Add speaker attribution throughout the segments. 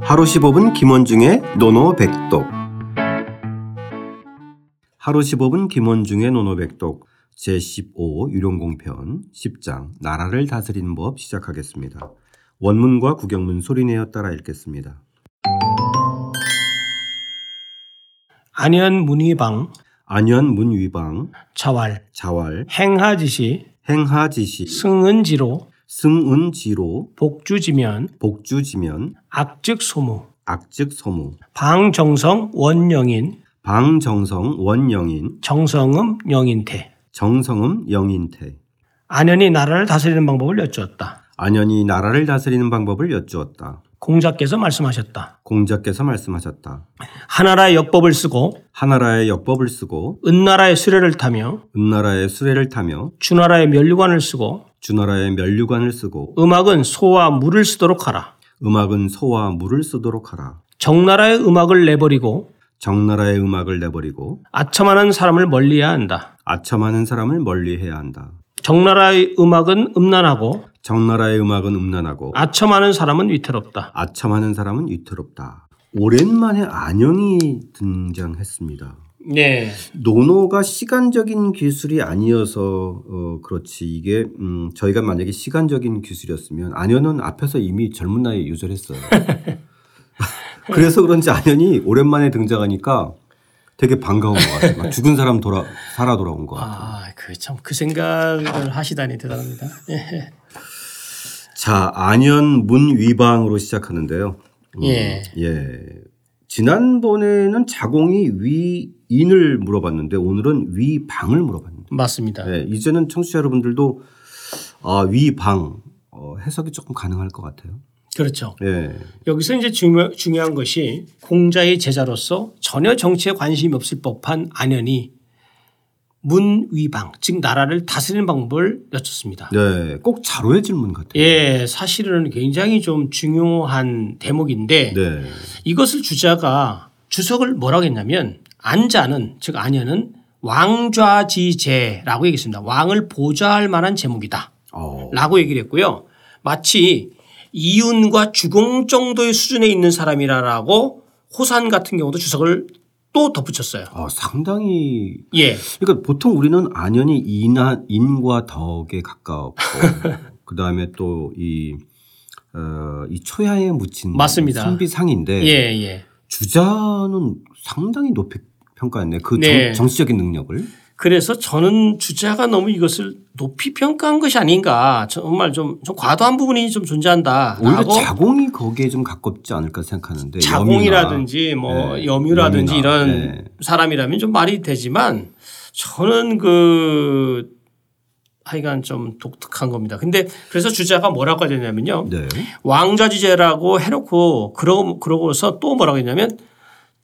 Speaker 1: 하루 15분 김원중의 노노백독 하루 15분 김원중의 노노백독 제15 유령공편 10장 나라를 다스리는 법 시작하겠습니다. 원문과 구경문 소리내어 따라 읽겠습니다.
Speaker 2: 안현 문위방
Speaker 1: 안현 문위방
Speaker 2: 자왈
Speaker 1: 자왈
Speaker 2: 행하지시
Speaker 1: 행하지시
Speaker 2: 승은지로
Speaker 1: 승은지로
Speaker 2: 복주지면
Speaker 1: 복주지면
Speaker 2: 악즉소무
Speaker 1: 악즉소무
Speaker 2: 방정성 원영인
Speaker 1: 방정성 원영인
Speaker 2: 정성음 영인태
Speaker 1: 정성음 영인태
Speaker 2: 안현이 나라를 다스리는 방법을 여쭈었다.
Speaker 1: 안현이 나라를 다스리는 방법을 여쭈었다.
Speaker 2: 공자께서 말씀하셨다.
Speaker 1: 공자께서 말씀하셨다.
Speaker 2: 하나라의 역법을 쓰고
Speaker 1: 하나라의 역법을 쓰고
Speaker 2: 은나라의 수레를 타며
Speaker 1: 은나라의 수레를 타며
Speaker 2: 주나라의 면류관을 쓰고
Speaker 1: 주나라의 면류관을 쓰고
Speaker 2: 음악은 소와 물을 쓰도록 하라.
Speaker 1: 음악은 소와 물을 쓰도록 하라.
Speaker 2: 정나라의 음악을 내버리고
Speaker 1: 정나라의 음악을 내버리고
Speaker 2: 아첨하는 사람을 멀리해야 한다.
Speaker 1: 아첨하는 사람을 멀리해야 한다.
Speaker 2: 정나라의 음악은 음란하고
Speaker 1: 정나라의 음악은 음란하고
Speaker 2: 아첨하는 사람은 위태롭다.
Speaker 1: 아첨하는 사람은 위태롭다. 오랜만에 안영이 등장했습니다.
Speaker 2: 네.
Speaker 1: 예. 노노가 시간적인 기술이 아니어서 어, 그렇지 이게 음, 저희가 만약에 시간적인 기술이었으면 안현은 앞에서 이미 젊은 나이에 유절했어요. 그래서 그런지 안현이 오랜만에 등장하니까 되게 반가운 것 같아요. 막 죽은 사람 돌아 살아 돌아온 것 같아요.
Speaker 2: 아, 그 참 그 생각을 하시다니 대단합니다. 예.
Speaker 1: 자 안현 문위방으로 시작하는데요.
Speaker 2: 예.
Speaker 1: 예. 지난번에는 자공이 위인을 물어봤는데 오늘은 위방을 물어봤는데.
Speaker 2: 맞습니다.
Speaker 1: 네, 이제는 청취자 여러분들도 아, 위방 어, 해석이 조금 가능할 것 같아요.
Speaker 2: 그렇죠.
Speaker 1: 예,
Speaker 2: 여기서 이제 중요, 중요한 것이 공자의 제자로서 전혀 정치에 관심이 없을 법한 안현이 문위방 즉 나라를 다스리는 방법을 여쭙습니다.
Speaker 1: 네, 꼭 자로의 질문 같아요.
Speaker 2: 예, 사실은 굉장히 좀 중요한 대목인데
Speaker 1: 네,
Speaker 2: 이것을 주자가 주석을 뭐라고 했냐면 안자는 즉 안현은 왕좌지제라고 얘기했습니다. 왕을 보좌할 만한 제목이다라고
Speaker 1: 어,
Speaker 2: 얘기를 했고요. 마치 이윤과 주공 정도의 수준에 있는 사람이라라고 호산 같은 경우도 주석을 또 덧붙였어요.
Speaker 1: 아, 상당히
Speaker 2: 예,
Speaker 1: 그러니까 보통 우리는 안연이 인한 인과 덕에 가깝고 그 다음에 또 이 어, 이 초야에 묻힌
Speaker 2: 맞습니다.
Speaker 1: 선비상인데
Speaker 2: 예, 예.
Speaker 1: 주자는 상당히 높이 평가했네 그
Speaker 2: 네.
Speaker 1: 정, 정치적인 능력을
Speaker 2: 그래서 저는 주자가 너무 이것을 높이 평가한 것이 아닌가 정말 좀, 좀 과도한 부분이 좀
Speaker 1: 오히려
Speaker 2: 존재한다라고
Speaker 1: 자공이 거기에 좀 가깝지 않을까 생각하는데 염이나
Speaker 2: 자공이라든지 뭐
Speaker 1: 네,
Speaker 2: 여뮤라든지
Speaker 1: 염이나,
Speaker 2: 이런
Speaker 1: 네.
Speaker 2: 사람이라면 좀 말이 되지만 저는 그 하여간 좀 독특한 겁니다. 근데 그래서 주자가 뭐라고 하냐면요.
Speaker 1: 네.
Speaker 2: 왕좌지제라고 해놓고 그러, 그러고서 또 뭐라고 했냐면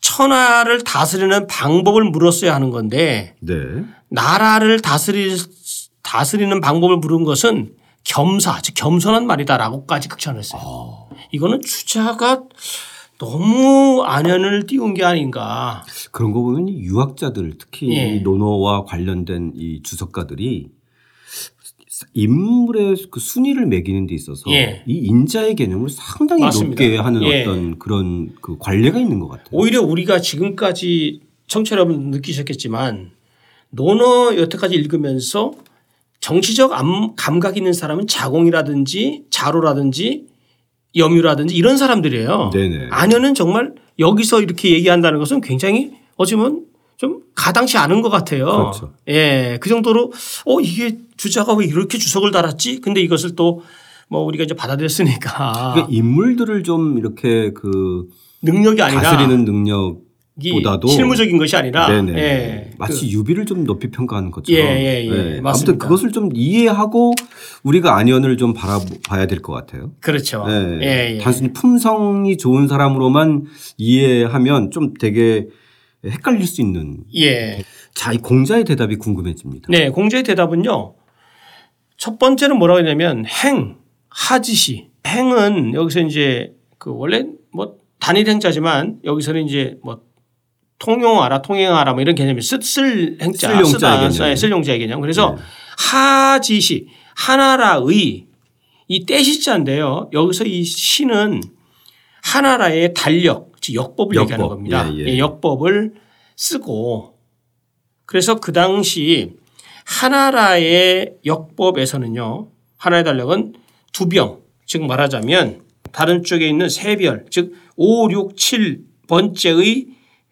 Speaker 2: 천하를 다스리는 방법을 물었어야 하는 건데
Speaker 1: 네.
Speaker 2: 나라를 다스리, 다스리는 방법을 물은 것은 겸사, 즉 겸손한 말이다라고까지 극찬을 했어요. 이거는 주자가 너무 안연을 띄운 게 아닌가.
Speaker 1: 그런 거 보면 이 유학자들 특히
Speaker 2: 예.
Speaker 1: 이 논어와 관련된 이 주석가들이 인물의 그 순위를 매기는 데 있어서
Speaker 2: 예.
Speaker 1: 이 인자의 개념을 상당히
Speaker 2: 맞습니다.
Speaker 1: 높게 하는
Speaker 2: 예.
Speaker 1: 어떤 그런 그 관례가 있는 것 같아요.
Speaker 2: 오히려 우리가 지금까지 청취자 여러분 느끼셨겠지만 논어 여태까지 읽으면서 정치적 감- 감각 있는 사람은 자공이라든지 자로라든지 염유라든지 이런 사람들이에요.
Speaker 1: 네네.
Speaker 2: 안현은 정말 여기서 이렇게 얘기한다는 것은 굉장히 어쩌면 좀 가당치 않은 것 같아요.
Speaker 1: 그렇죠.
Speaker 2: 예. 그 정도로 어, 이게 주자가 왜 이렇게 주석을 달았지? 근데 이것을 또 뭐 우리가 이제 받아들였으니까
Speaker 1: 그러니까 인물들을 좀 이렇게 그
Speaker 2: 능력이 아니라
Speaker 1: 다스리는 능력보다도
Speaker 2: 이 실무적인 것이 아니라
Speaker 1: 네네.
Speaker 2: 예.
Speaker 1: 마치 유비를 좀 높이 평가하는 것처럼. 네.
Speaker 2: 예, 예, 예.
Speaker 1: 아무튼
Speaker 2: 맞습니다.
Speaker 1: 그것을 좀 이해하고 우리가 안연을 좀 바라봐야 될 것 같아요.
Speaker 2: 그, 렇죠
Speaker 1: 네.
Speaker 2: 예, 예.
Speaker 1: 단순히 품성이 좋은 사람으로만 이해하면 좀 되게 헷갈릴 수 있는.
Speaker 2: 예.
Speaker 1: 자, 이 공자의 대답이 궁금해집니다.
Speaker 2: 네, 공자의 대답은요. 첫 번째는 뭐라고 했냐면 행, 하지시. 행은 여기서 이제 그 원래 뭐 단일 행자지만 여기서는 이제 뭐 통용하라, 통행하라 뭐 이런 개념이 쓰- 쓸 행자,
Speaker 1: 쓸 용자의
Speaker 2: 쓰다,
Speaker 1: 개념. 네.
Speaker 2: 예, 쓸 용자의 개념. 그래서 하지시 하나라의 이 떼시자인데요. 여기서 이 시는 하나라의 달력, 즉 역법을
Speaker 1: 역법.
Speaker 2: 얘기하는 겁니다.
Speaker 1: 예, 예.
Speaker 2: 예, 역법을 쓰고 그래서 그 당시 하나라의 역법에서는요. 하나의 달력은 두 병, 즉 말하자면 다른 쪽에 있는 세 별, 즉 5, 6, 7 번째의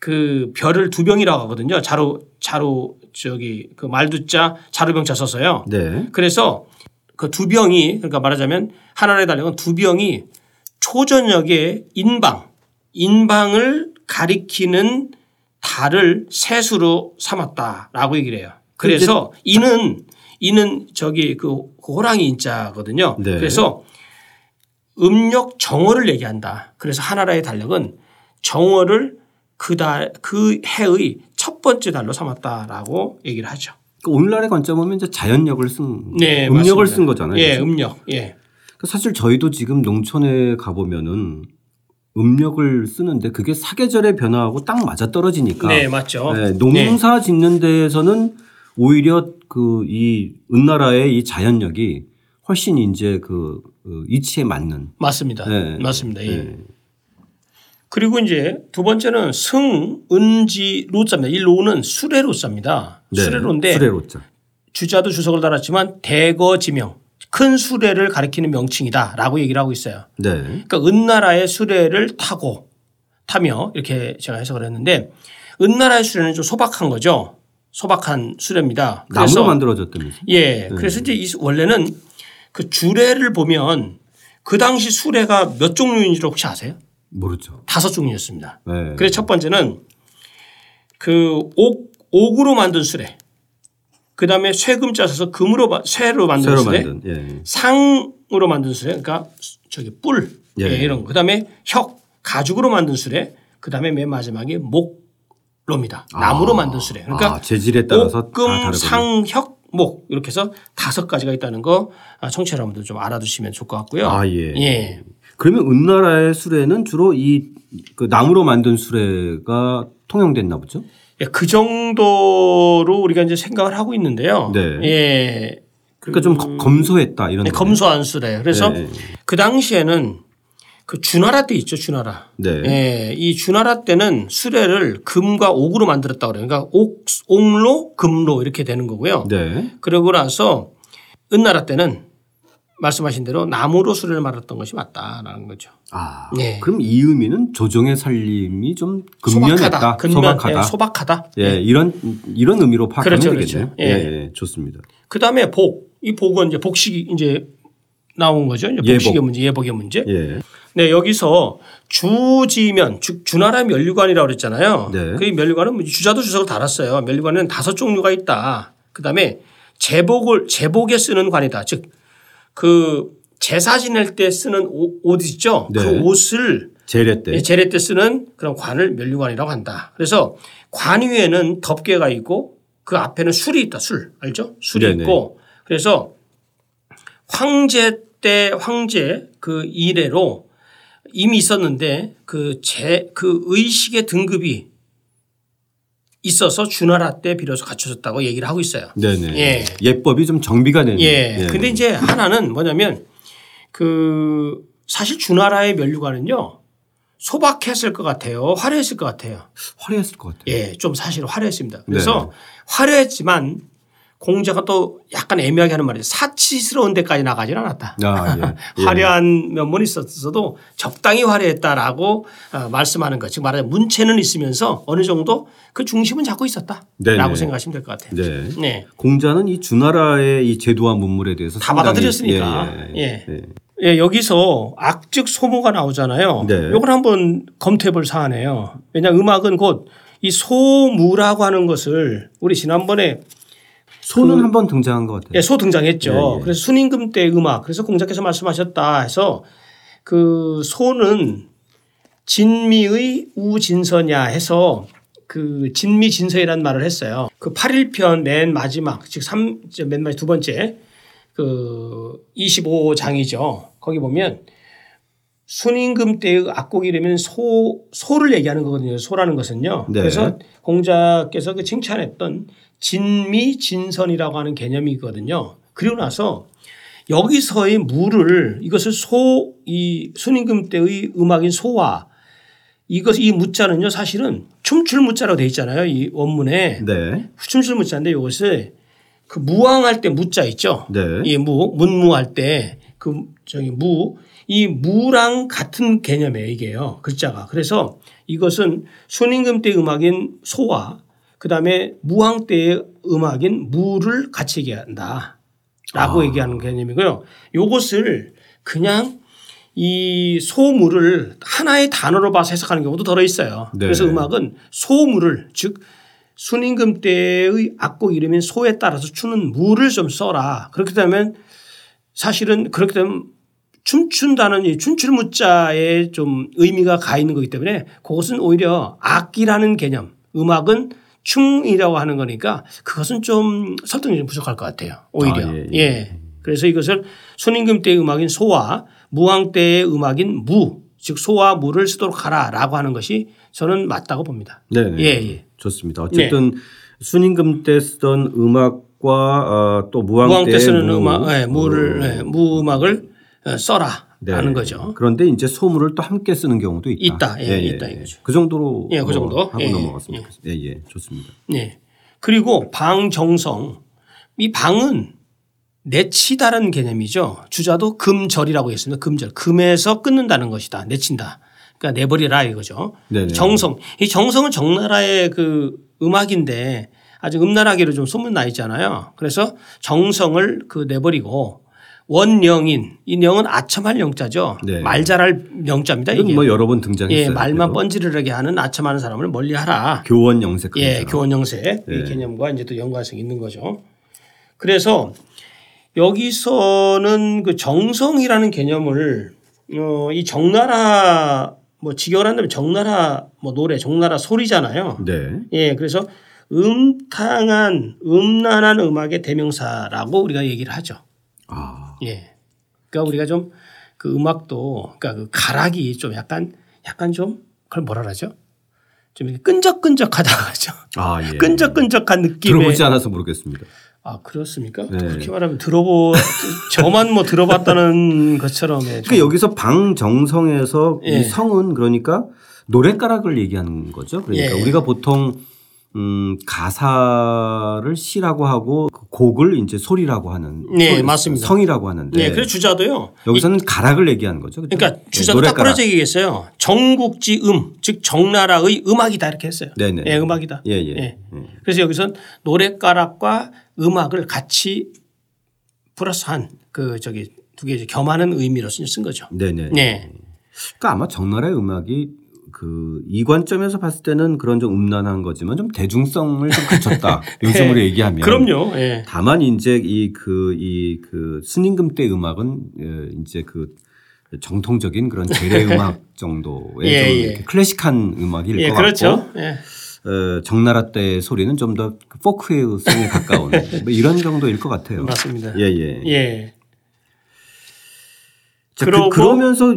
Speaker 2: 그 별을 두 병이라고 하거든요. 자로 자로 저기 그 말두자 자루병자 써서요.
Speaker 1: 네.
Speaker 2: 그래서 그 두 병이 그러니까 말하자면 하나의 달력은 두 병이 초저녁에 인방 인방을 가리키는 달을 세수로 삼았다라고 얘기를 해요. 그래서 이는 이는 저기 그 호랑이 인자거든요.
Speaker 1: 네.
Speaker 2: 그래서 음력 정월을 얘기한다. 그래서 하나라의 달력은 정월을 그달그 해의 첫 번째 달로 삼았다라고 얘기를 하죠.
Speaker 1: 그 오늘날의 관점 보면 이제 자연력을 쓴
Speaker 2: 네,
Speaker 1: 음력을
Speaker 2: 맞습니다.
Speaker 1: 쓴 거잖아요.
Speaker 2: 예,
Speaker 1: 그죠?
Speaker 2: 음력. 예.
Speaker 1: 그 사실 저희도 지금 농촌에 가 보면은 음력을 쓰는데 그게 사계절의 변화하고 딱 맞아 떨어지니까
Speaker 2: 네, 맞죠.
Speaker 1: 농사 짓는 데에서는 오히려 그 이 은나라의 이 자연력이 훨씬 이제 그 어, 이치에 맞는
Speaker 2: 맞습니다.
Speaker 1: 네.
Speaker 2: 맞습니다. 예.
Speaker 1: 네.
Speaker 2: 그리고 이제 두 번째는 승, 은지, 로자입니다. 이 로는 수레로자입니다.
Speaker 1: 네.
Speaker 2: 수레로인데
Speaker 1: 수레로자.
Speaker 2: 주자도 주석을 달았지만 대거 지명, 큰 수레를 가리키는 명칭이다라고 얘기를 하고 있어요.
Speaker 1: 네.
Speaker 2: 그러니까 은나라의 수레를 타고 타며 이렇게 제가 해석을 했는데 은나라의 수레는 좀 소박한 거죠. 소박한 수레입니다.
Speaker 1: 나무로 만들어졌다면서.
Speaker 2: 예. 그래서 이제 이 수- 원래는 그 주례를 보면 그 당시 수레가 몇 종류인지 혹시 아세요?
Speaker 1: 모르죠.
Speaker 2: 다섯 종류였습니다.
Speaker 1: 네.
Speaker 2: 그래서 첫 번째는 그 옥, 옥으로 만든 수레. 그 다음에 쇠금자 써서 금으로, 마- 쇠로 만든
Speaker 1: 새로
Speaker 2: 수레.
Speaker 1: 만든. 예.
Speaker 2: 상으로 만든 수레. 그러니까 저기 뿔.
Speaker 1: 예.
Speaker 2: 예, 이런 거. 그 다음에 혁. 가죽으로 만든 수레. 그 다음에 맨 마지막에 목로입니다. 나무로
Speaker 1: 아.
Speaker 2: 만든 수레. 그러니까
Speaker 1: 아, 재질에 따라서 다
Speaker 2: 옥금,
Speaker 1: 다르군요.
Speaker 2: 상, 혁, 목 이렇게 해서 다섯 가지가 있다는 거 아, 청취자 여러분들 좀 알아두시면 좋을 것 같고요.
Speaker 1: 아, 예.
Speaker 2: 예.
Speaker 1: 그러면 은나라의 수레는 주로 이 그 나무로 만든 수레가 통용됐나 보죠?
Speaker 2: 예, 그 정도로 우리가 이제 생각을 하고 있는데요.
Speaker 1: 네.
Speaker 2: 예.
Speaker 1: 그러니까 좀 검- 검소했다 이런.
Speaker 2: 예, 검소한 수레. 그래서
Speaker 1: 네.
Speaker 2: 그 당시에는 그 주나라 때 있죠, 주나라.
Speaker 1: 네.
Speaker 2: 예, 이 주나라 때는 수레를 금과 옥으로 만들었다 그래요. 그러니까 옥, 옥로, 금로 이렇게 되는 거고요.
Speaker 1: 네.
Speaker 2: 그러고 나서 은나라 때는 말씀하신 대로 나무로 수레를 말았던 것이 맞다라는 거죠.
Speaker 1: 아.
Speaker 2: 예.
Speaker 1: 그럼 이 의미는 조정의 살림이 좀 근면했다.
Speaker 2: 소박하다. 근면,
Speaker 1: 소박하다.
Speaker 2: 예, 소박하다.
Speaker 1: 예, 이런 이런 의미로 파악하면
Speaker 2: 그렇죠,
Speaker 1: 되겠네요.
Speaker 2: 그렇죠. 예.
Speaker 1: 예, 좋습니다.
Speaker 2: 그 다음에 복. 이 복은 이제 복식이 이제 나온 거죠. 이제
Speaker 1: 예복.
Speaker 2: 복식의 문제, 예복의 문제.
Speaker 1: 예.
Speaker 2: 네, 여기서 주지면, 즉, 주나라 멸류관이라고 그랬잖아요.
Speaker 1: 네.
Speaker 2: 그 멸류관은 주자도 주석을 달았어요. 멸류관은 다섯 종류가 있다. 그 다음에 제복을, 제복에 쓰는 관이다. 즉, 그 제사 지낼 때 쓰는 옷, 옷 있죠.
Speaker 1: 네.
Speaker 2: 그 옷을
Speaker 1: 재래 때.
Speaker 2: 재례 때 쓰는 예, 그런 관을 멸류관이라고 한다. 그래서 관 위에는 덮개가 있고 그 앞에는 술이 있다. 술 알죠? 술이
Speaker 1: 네네.
Speaker 2: 있고 그래서 황제 때 황제 그 이래로 이미 있었는데 그 제 그 의식의 등급이 있어서 주나라 때 비로소 갖춰졌다고 얘기를 하고 있어요.
Speaker 1: 네네.
Speaker 2: 예.
Speaker 1: 예법이 좀 정비가 되는.
Speaker 2: 예. 근데 이제 하나는 뭐냐면 그 사실 주나라의 면류관은요 소박했을 것 같아요. 화려했을 것 같아요.
Speaker 1: 화려했을 것 같아요.
Speaker 2: 예. 좀 사실 화려했습니다.
Speaker 1: 네.
Speaker 2: 그래서 화려했지만 공자가 또 약간 애매하게 하는 말이 사치스러운 데까지 나가질 않았다.
Speaker 1: 아, 예. 예.
Speaker 2: 화려한 면모는 있었어도 적당히 화려했다라고 어, 말씀하는 것. 즉 말하자면 문체는 있으면서 어느 정도 그 중심은 잡고 있었다라고
Speaker 1: 네네.
Speaker 2: 생각하시면 될 것 같아요.
Speaker 1: 네.
Speaker 2: 네.
Speaker 1: 공자는 이 주나라의 이 제도와 문물에 대해서
Speaker 2: 다
Speaker 1: 상당히-
Speaker 2: 받아들였으니까.
Speaker 1: 예, 예, 예.
Speaker 2: 예, 여기서 악즉 소모가 나오잖아요.
Speaker 1: 네.
Speaker 2: 요걸 한번 검토해 볼 사안이에요. 왜냐 음악은 곧 이 소무라고 하는 것을 우리
Speaker 1: 네.
Speaker 2: 지난번에
Speaker 1: 소는
Speaker 2: 그
Speaker 1: 한 번 등장한 것 같아요.
Speaker 2: 예, 소 등장했죠.
Speaker 1: 예, 예.
Speaker 2: 그래서 순임금 때 음악. 그래서 공자께서 말씀하셨다 해서 그 소는 진미의 우진서냐 해서 그 진미진서이라는 말을 했어요. 그 8일편 맨 마지막 즉 3, 맨 마지막 두 번째 그 25장이죠. 거기 보면 순임금 때의 악곡 이름은 소, 소를 얘기하는 거거든요. 소라는 것은요.
Speaker 1: 네.
Speaker 2: 그래서 공자께서 그 칭찬했던 진미진선이라고 하는 개념이거든요. 그리고 나서 여기서의 무를 이것을 소 이 순임금 때의 음악인 소와 이것 이 무자는요 사실은 춤출 무자라고 되어 있잖아요 이 원문에
Speaker 1: 네.
Speaker 2: 춤출 무자인데 이것을 그 무왕할 때 무자 있죠
Speaker 1: 네.
Speaker 2: 이 무, 문무할 때 그 저기 무, 이 무랑 같은 개념이에요, 이게요. 글자가. 그래서 이것은 순임금 때 음악인 소와 그다음에 무왕 때의 음악인 무를 같이 얘기한다. 라고
Speaker 1: 아.
Speaker 2: 얘기하는 개념이고요. 요것을 그냥 이 소무를 하나의 단어로 봐서 해석하는 경우도 덜어 있어요.
Speaker 1: 네.
Speaker 2: 그래서 음악은 소무를 즉 순임금 때의 악곡 이름인 소에 따라서 추는 무를 좀 써라. 그렇게 되면 사실은 그렇게 되면 춤춘다는 이 춤출 무자에 좀 의미가 가 있는 거기 때문에 그것은 오히려 악기라는 개념, 음악은 춤이라고 하는 거니까 그것은 좀 설득이 좀 부족할 것 같아요. 오히려.
Speaker 1: 아, 예, 예.
Speaker 2: 예. 그래서 이것을 손임금 때의 음악인 소와 무왕 때의 음악인 무, 즉 소와 무를 쓰도록 하라라고 하는 것이 저는 맞다고 봅니다.
Speaker 1: 네. 네.
Speaker 2: 예, 예.
Speaker 1: 좋습니다. 어쨌든 순임금 때 쓰던 음악과 어, 또 무왕,
Speaker 2: 무왕 때
Speaker 1: 때의
Speaker 2: 쓰는
Speaker 1: 무.
Speaker 2: 음악, 예, 무를
Speaker 1: 어,
Speaker 2: 예, 무 음악을 어, 써라
Speaker 1: 네.
Speaker 2: 하는 거죠.
Speaker 1: 그런데 이제 소물을 또 함께 쓰는 경우도 있다.
Speaker 2: 있다. 예, 있다 이거죠.
Speaker 1: 그 정도로
Speaker 2: 예, 그
Speaker 1: 뭐
Speaker 2: 정도.
Speaker 1: 하고
Speaker 2: 예, 예,
Speaker 1: 넘어갔으면 좋겠습니다. 예, 예. 좋습니다.
Speaker 2: 네. 그리고 방정성. 이 방은 내치다라는 개념이죠. 주자도 금절이라고 했습니다. 금절. 금에서 끊는다는 것이다. 내친다. 그러니까 내버리라 이거죠.
Speaker 1: 네네.
Speaker 2: 정성. 이 정성은 정나라의 그 음악인데 아직 음나라기로 좀 소문나 있잖아요. 그래서 정성을 그 내버리고 원령인. 이 영은 아첨할 영자죠.
Speaker 1: 네.
Speaker 2: 말 잘할 영자입니다.
Speaker 1: 이건
Speaker 2: 이게.
Speaker 1: 뭐 여러 번
Speaker 2: 예,
Speaker 1: 등장했어요.
Speaker 2: 말만
Speaker 1: 그래도.
Speaker 2: 번지르르게 하는 아첨하는 사람을 멀리 하라.
Speaker 1: 교원 영색.
Speaker 2: 예, 교원 영세
Speaker 1: 예.
Speaker 2: 이 개념과 이제 또 연관성이 있는 거죠. 그래서 여기서는 그 정성이라는 개념을 어, 이 정나라 뭐 직역한다면 정나라 뭐 노래, 정나라 소리잖아요.
Speaker 1: 네.
Speaker 2: 예, 그래서 음탕한 음란한 음악의 대명사라고 우리가 얘기를 하죠.
Speaker 1: 아,
Speaker 2: 예. 그러니까 우리가 좀 그 음악도 그러니까 그 가락이 좀 약간 약간 좀 그걸 뭐라 그러죠? 좀 이렇게 끈적끈적하다고 하죠.
Speaker 1: 아 예.
Speaker 2: 끈적끈적한 느낌의
Speaker 1: 들어보지 않아서 모르겠습니다. 그러니까
Speaker 2: 아 그렇습니까?
Speaker 1: 네.
Speaker 2: 그렇게 말하면 들어보 저만 뭐 들어봤다는 것처럼 예, 좀
Speaker 1: 그러니까 여기서 방정성에서 이
Speaker 2: 예.
Speaker 1: 성은 그러니까 노랫가락을 얘기하는 거죠. 그러니까
Speaker 2: 예.
Speaker 1: 우리가 보통 음, 가사를 시라고 하고 그 곡을 이제 소리라고 하는
Speaker 2: 네, 맞습니다.
Speaker 1: 성이라고 하는데
Speaker 2: 예, 그래서 주자도요.
Speaker 1: 여기서는 가락을 얘기하는 거죠. 그죠?
Speaker 2: 그러니까
Speaker 1: 네,
Speaker 2: 주자도 딱
Speaker 1: 노랫가락.
Speaker 2: 부러져 얘기했어요. 정국지 음, 즉 정나라의 음악이다 이렇게 했어요.
Speaker 1: 네네.
Speaker 2: 예, 음악이다.
Speaker 1: 예, 예.
Speaker 2: 예. 그래서 여기선 노랫가락과 음악을 같이 플러스한 그 저기 두 개 겸하는 의미로서 쓴 거죠.
Speaker 1: 네, 네.
Speaker 2: 네.
Speaker 1: 그러니까 아마 정나라의 음악이 그 이 관점에서 봤을 때는 그런 좀 음란한 거지만 좀 대중성을 좀 갖췄다. 요즘으로 얘기하면.
Speaker 2: 네. 그럼요. 예.
Speaker 1: 다만 이제 이 그 이 그 스님금 때 음악은 예, 이제 그 정통적인 그런 재래 음악 정도의
Speaker 2: 예,
Speaker 1: 좀
Speaker 2: 예.
Speaker 1: 이렇게 클래식한 음악일
Speaker 2: 예,
Speaker 1: 것 같고
Speaker 2: 그렇죠. 예.
Speaker 1: 어, 정나라 때의 소리는 좀 더그 포크의 성에 가까운 뭐 이런 정도일 것 같아요.
Speaker 2: 맞습니다.
Speaker 1: 예, 예.
Speaker 2: 예.
Speaker 1: 자,
Speaker 2: 그러고-
Speaker 1: 그, 러면서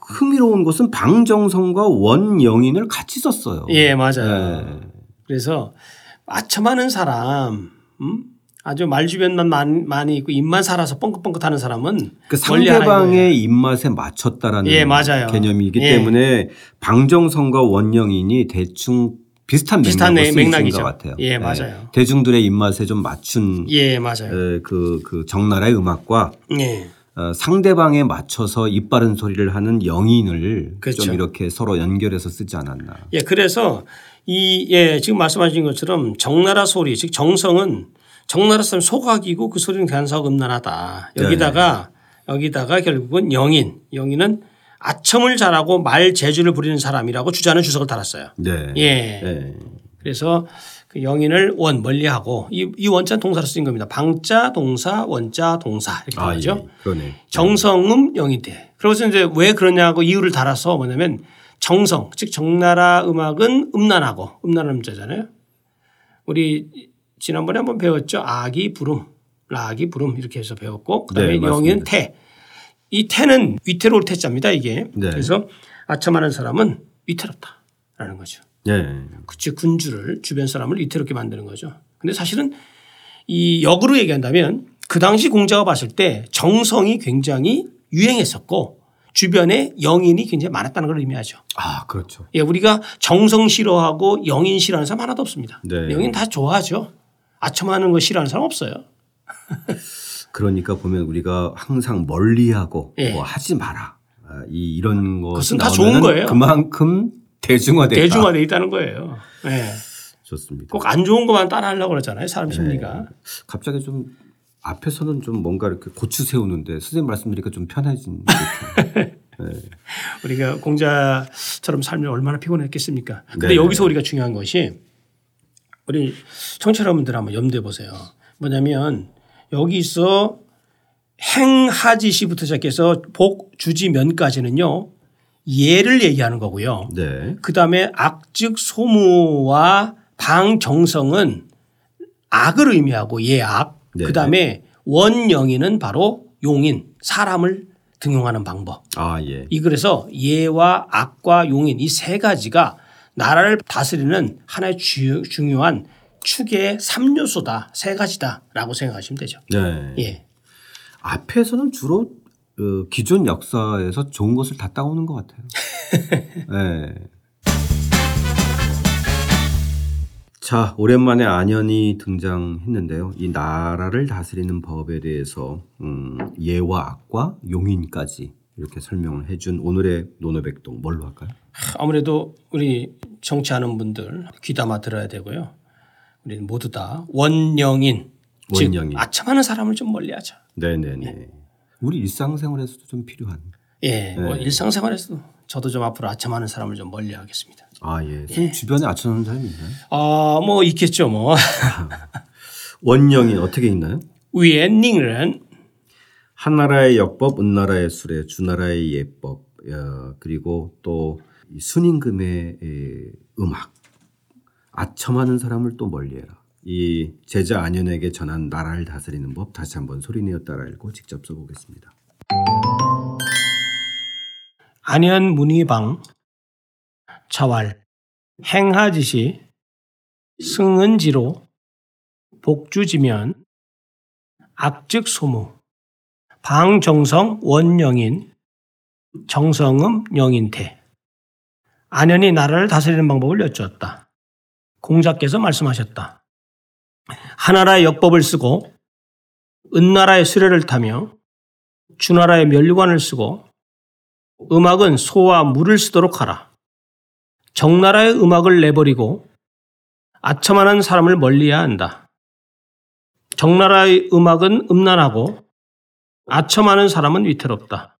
Speaker 1: 흥미로운 것은 방정성과 원영인을 같이 썼어요.
Speaker 2: 예, 맞아요.
Speaker 1: 예.
Speaker 2: 그래서 아첨하는 사람, 음? 아주 말 주변만 많- 많이 있고 입만 살아서 뻥긋뻥긋하는 사람은
Speaker 1: 그
Speaker 2: 원리 하나인 거예요.
Speaker 1: 상대방의 입맛에 맞췄다라는
Speaker 2: 예, 맞아요.
Speaker 1: 개념이기
Speaker 2: 예.
Speaker 1: 때문에 방정성과 원영인이 대충 비슷한,
Speaker 2: 비슷한
Speaker 1: 맥락으로 쓰인
Speaker 2: 맥락이죠.
Speaker 1: 것 같아요.
Speaker 2: 예, 맞아요.
Speaker 1: 대중들의 입맛에 좀 맞춘
Speaker 2: 예, 맞아요.
Speaker 1: 에, 그, 그 정나라의 음악과
Speaker 2: 예.
Speaker 1: 어, 상대방에 맞춰서 입 바른 소리를 하는 영인을
Speaker 2: 그렇죠.
Speaker 1: 좀 이렇게 서로 연결해서 쓰지 않았나.
Speaker 2: 예, 그래서 이, 예, 지금 말씀하신 것처럼 정나라 소리, 즉 정성은 정나라 사람 소각이고 그 소리는 간사가 음란하다. 여기다가,
Speaker 1: 예.
Speaker 2: 여기다가 결국은 영인, 영인은 아첨을 잘하고 말 재주를 부리는 사람이라고 주자는 주석을 달았어요.
Speaker 1: 네.
Speaker 2: 예.
Speaker 1: 예.
Speaker 2: 그래서 그 영인을 원 멀리하고 이, 이 원자 동사로 쓰인 겁니다. 방자 동사 원자 동사 이렇게
Speaker 1: 아,
Speaker 2: 나오죠.
Speaker 1: 예. 그러네.
Speaker 2: 정성음 영인대. 그러고서 이제 왜 그러냐고 이유를 달아서 뭐냐면 정성 즉 정나라 음악은 음란하고 음란한 음자잖아요. 우리 지난번에 한번 배웠죠. 아기 부름, 라기 부름 이렇게 해서 배웠고 그다음에
Speaker 1: 네,
Speaker 2: 영인 태. 이 태는 위태로울 태자입니다. 이게
Speaker 1: 네.
Speaker 2: 그래서 아첨하는 사람은 위태롭다라는 거죠.
Speaker 1: 예.
Speaker 2: 그치 군주를 주변 사람을 위태롭게 만드는 거죠. 근데 사실은 이 역으로 얘기한다면 그 당시 공자가 봤을 때 정성이 굉장히 유행했었고 주변에 영인이 굉장히 많았다는 걸 의미하죠.
Speaker 1: 아 그렇죠.
Speaker 2: 예, 우리가 정성 싫어하고 영인 싫어하는 사람 하나도 없습니다.
Speaker 1: 네.
Speaker 2: 영인 다 좋아하죠. 아첨하는 거 싫어하는 사람 없어요.
Speaker 1: 그러니까 보면 우리가 항상 멀리하고
Speaker 2: 예.
Speaker 1: 뭐 하지 마라 아, 이 이런 것
Speaker 2: 그것은 다 좋은 거예요.
Speaker 1: 그만큼 대중화됐다.
Speaker 2: 대중화돼 있다는 거예요. 예.
Speaker 1: 좋습니다.
Speaker 2: 꼭 안 좋은 것만 따라하려고 그러잖아요. 사람 심리가.
Speaker 1: 갑자기 좀 앞에서는 좀 뭔가 이렇게 고추 세우는데 선생님 말씀드리니까 좀 편해진. 듯한.
Speaker 2: 우리가 공자처럼 살면 얼마나 피곤했겠습니까. 근데
Speaker 1: 네.
Speaker 2: 여기서 우리가 중요한 것이 우리 청취자 여러분들 한번 염두해 보세요. 뭐냐면 여기서 행하지시부터 시작해서 복주지면까지는요 예를 얘기하는 거고요.
Speaker 1: 네.
Speaker 2: 그 다음에 악즉 소무와 방정성은 악을 의미하고 예악.
Speaker 1: 네.
Speaker 2: 그 다음에 원영이는 바로 용인 사람을 등용하는 방법.
Speaker 1: 아 예.
Speaker 2: 이 그래서 예와 악과 용인 이 세 가지가 나라를 다스리는 하나의 주- 중요한 축의 삼요소다세 가지다라고 생각하시면 되죠.
Speaker 1: 네.
Speaker 2: 예.
Speaker 1: 앞에서는 주로 어, 기존 역사에서 좋은 것을 다 따오는 것 같아요. 네. 자, 오랜만에 안연이 등장했는데요. 이 나라를 다스리는 법에 대해서 음, 예와 악과 용인까지 이렇게 설명을 해준 오늘의 노노백동 뭘로 할까요?
Speaker 2: 아무래도 우리 정치하는 분들 귀담아 들어야 되고요. 우리는 모두 다 원영인,
Speaker 1: 원영인.
Speaker 2: 즉 아첨하는 사람을 좀 멀리하자.
Speaker 1: 네네네. 우리 일상생활에서도 좀 필요한.
Speaker 2: 예, 뭐
Speaker 1: 네.
Speaker 2: 일상생활에서도 저도 좀 앞으로 아첨하는 사람을 좀 멀리하겠습니다.
Speaker 1: 아 예. 선생님 주변에 아첨하는 사람이 있나요?
Speaker 2: 아, 뭐 있겠죠, 뭐.
Speaker 1: 원영이 어떻게 있나요?
Speaker 2: 위에 닝은
Speaker 1: 한나라의 역법, 은나라의 수레, 주나라의 예법, 어, 그리고 또이 순임금의 에, 음악, 아첨하는 사람을 또 멀리해라. 이 제자 안현에게 전한 나라를 다스리는 법 다시 한번 소리내어 따라 읽고 직접 써보겠습니다.
Speaker 2: 안현 문의방 자왈 행하지시 승은지로 복주지면 악즉소무 방정성 원영인 정성음 영인태 안현이 나라를 다스리는 방법을 여쭈었다. 공자께서 말씀하셨다. 하나라의 역법을 쓰고 은나라의 수레를 타며 주나라의 멸류관을 쓰고 음악은 소와 물을 쓰도록 하라. 정나라의 음악을 내버리고 아첨하는 사람을 멀리해야 한다. 정나라의 음악은 음란하고 아첨하는 사람은 위태롭다.